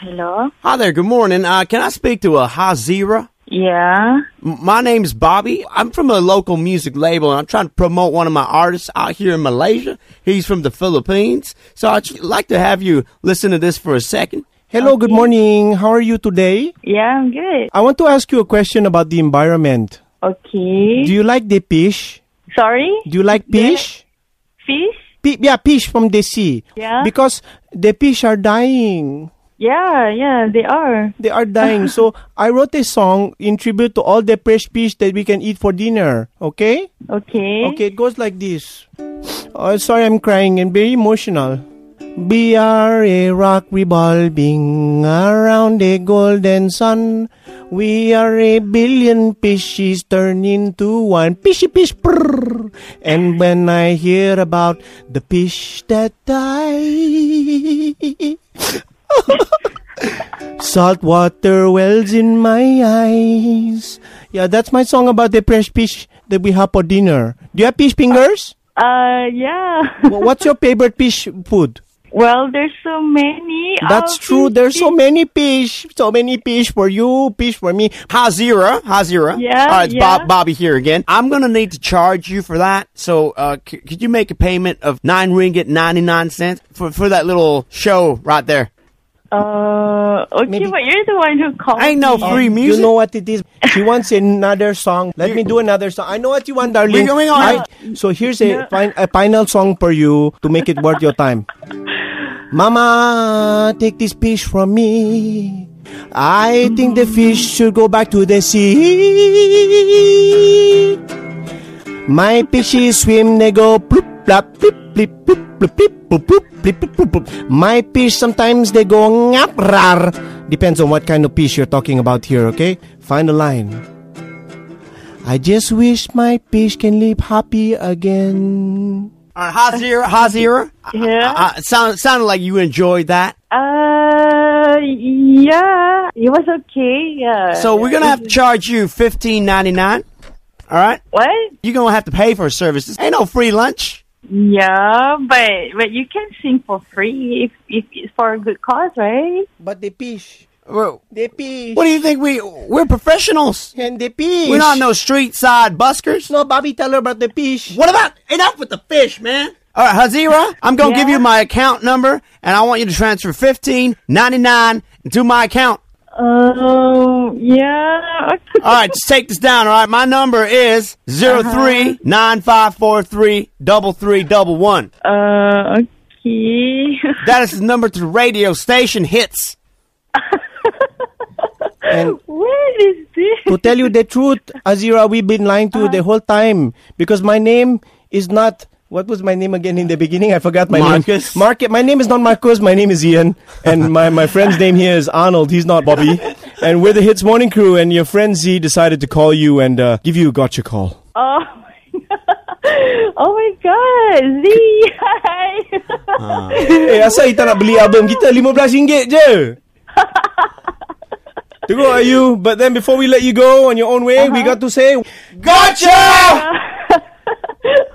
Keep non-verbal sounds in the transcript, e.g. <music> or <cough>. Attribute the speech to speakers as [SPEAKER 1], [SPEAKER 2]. [SPEAKER 1] Hello.
[SPEAKER 2] Hi there. Good morning. Uh, can I speak to a Hazira?
[SPEAKER 1] Yeah.
[SPEAKER 2] M- My name's Bobby. I'm from a local music label, and I'm trying to promote one of my artists out here in Malaysia. He's from the Philippines, so I'd like to have you listen to this for a second.
[SPEAKER 3] Hello, good morning. How are you today?
[SPEAKER 1] Yeah, I'm good.
[SPEAKER 3] I want to ask you a question about the environment.
[SPEAKER 1] Okay.
[SPEAKER 3] Do you like the fish?
[SPEAKER 1] Sorry.
[SPEAKER 3] Do you like fish?
[SPEAKER 1] Fish.
[SPEAKER 3] Pi- yeah, fish from the sea.
[SPEAKER 1] Yeah.
[SPEAKER 3] Because the fish are dying.
[SPEAKER 1] Yeah, yeah, they are.
[SPEAKER 3] They are dying. so I wrote a song in tribute to all the fresh fish that we can eat for dinner. Okay?
[SPEAKER 1] Okay.
[SPEAKER 3] Okay, it goes like this. Oh, sorry, I'm crying and very emotional. We are a rock revolving around a golden sun. We are a billion fishes turned into one. Fishy fish, brrr. And when I hear about the fish that die, salt water wells in my eyes. Yeah, that's my song about the fresh fish that we have for dinner. Do you have fish fingers?
[SPEAKER 1] Uh, yeah.
[SPEAKER 3] Wha- What's your favorite fish food?
[SPEAKER 1] <laughs> well, there's so many.
[SPEAKER 3] That's
[SPEAKER 2] Uh,
[SPEAKER 1] of
[SPEAKER 3] true.
[SPEAKER 1] these
[SPEAKER 3] There's so
[SPEAKER 1] fish.
[SPEAKER 3] many fish. So many fish for you, fish for me.
[SPEAKER 2] Hazira, Hazira.
[SPEAKER 1] Yeah,
[SPEAKER 2] All right, it's
[SPEAKER 1] yeah.
[SPEAKER 2] Bob, Bobby here again. I'm gonna need to charge you for that. So, uh, c- could you make a payment of nine ringgit ninety nine cents for for that little show right there?
[SPEAKER 1] Uh, okay,
[SPEAKER 3] Maybe-
[SPEAKER 1] but you're the one who called.
[SPEAKER 2] Ain't no
[SPEAKER 1] me.
[SPEAKER 2] free music.
[SPEAKER 3] You know what it is? She wants another song. Let me do another song. I know what you want, darling.
[SPEAKER 2] We- we all-
[SPEAKER 3] I- so here's a, fin- a final song for you to make it worth your time. Mama, take this fish from me. I think the fish should go back to the sea. My fishes swim, they go bloop, blap, blip, blip, bloop, bloop, blip, bloop, bloop, blip, bloop, bloop, bloop. My fish sometimes they go ngap, rar. Depends on what kind of fish you're talking about here, okay? Find a line. I just wish my fish can live happy again.
[SPEAKER 2] All
[SPEAKER 1] <laughs>
[SPEAKER 2] right, Hazira, Hazira.
[SPEAKER 1] Yeah.
[SPEAKER 2] Uh, it sound, sounded like you enjoyed that.
[SPEAKER 1] Uh, yeah. It was okay. Yeah.
[SPEAKER 2] So we're gonna have to charge you fifteen ninety nine. All right,
[SPEAKER 1] What?
[SPEAKER 2] you're gonna have to pay for services. Ain't no free lunch.
[SPEAKER 1] Yeah, but but you can sing for free if if it's for a good cause, right?
[SPEAKER 3] But the fish,
[SPEAKER 2] We're-
[SPEAKER 3] the fish,
[SPEAKER 2] What do you think we we're professionals?
[SPEAKER 3] and the fish.
[SPEAKER 2] We're not no street side buskers.
[SPEAKER 3] No, Bobby, tell her about the fish.
[SPEAKER 2] What about enough with the fish, man? All right, Hazira, I'm gonna
[SPEAKER 1] Yeah?
[SPEAKER 2] give you my account number, and I want you to transfer fifteen ninety nine to my account.
[SPEAKER 1] Um, yeah. <laughs>
[SPEAKER 3] Uh,
[SPEAKER 2] All right, just take this down. All right, my number is zero three nine five four three double three double one.
[SPEAKER 1] Uh, okay. <laughs>
[SPEAKER 2] That is the number to the radio station hits.
[SPEAKER 3] And
[SPEAKER 1] what is this?
[SPEAKER 3] to tell you the truth, Azira, we've been lying to you the whole time because my name is not. What was my name again in the beginning? I forgot my
[SPEAKER 2] Marcus.
[SPEAKER 3] name. Marcus. My name is not Marcus. My name is Ian, <laughs> and my, my friend's name here is Arnold. He's not Bobby. and we're the Hits Morning Crew. And your friend Z decided to call you and uh, give you a gotcha call.
[SPEAKER 1] Oh my <laughs> god! Oh my god! Z, <laughs> hi.
[SPEAKER 3] Eh, asal kita nak beli album kita RM15 je. To go at you, but then before we let you go on your own way, we got to say
[SPEAKER 2] Gotcha!